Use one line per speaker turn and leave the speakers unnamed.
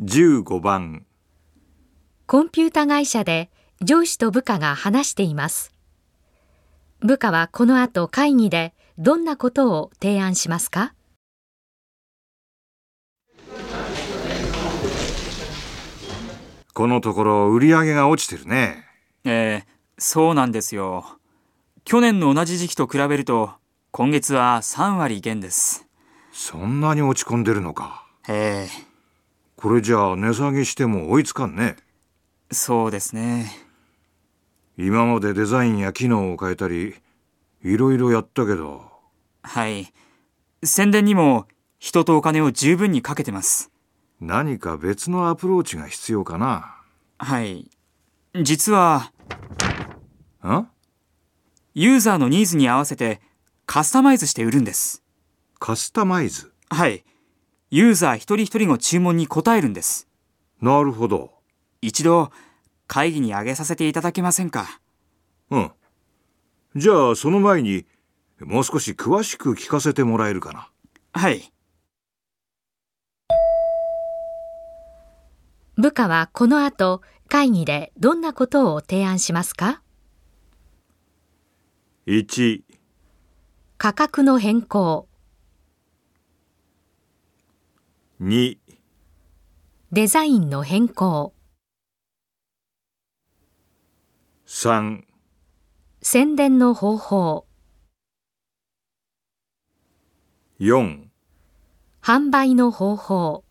15番
コンピュータ会社で上司と部下が話しています。部下はこの後会議でどんなことを提案しますか
このところ売り上げが落ちてるね
ええそうなんですよ。去年の同じ時期と比べると、今月は3割減です。
そんなに落ち込んでるのか
え
これじゃあ値下げしても追いつかんね
えそうですね。
今までデザインや機能を変えたりいろいろやったけど
はい。宣伝にも人とお金を十分にかけてます。
何か別のアプローチが必要かな
はい。実は、
ん
ユーザーのニーズに合わせてカスタマイズして売るんです。
カスタマイズ
はい。ユーザー一人一人の注文に応えるんです。
なるほど
一度、会議に上げさせていただけませんか。
うんじゃあその前にもう少し詳しく聞かせてもらえるかな
はい。
部下はこの後会議でどんなことを提案しますか
1
価格の変更、
2
デザインの変更、
3
宣伝の方法、
4
販売の方法、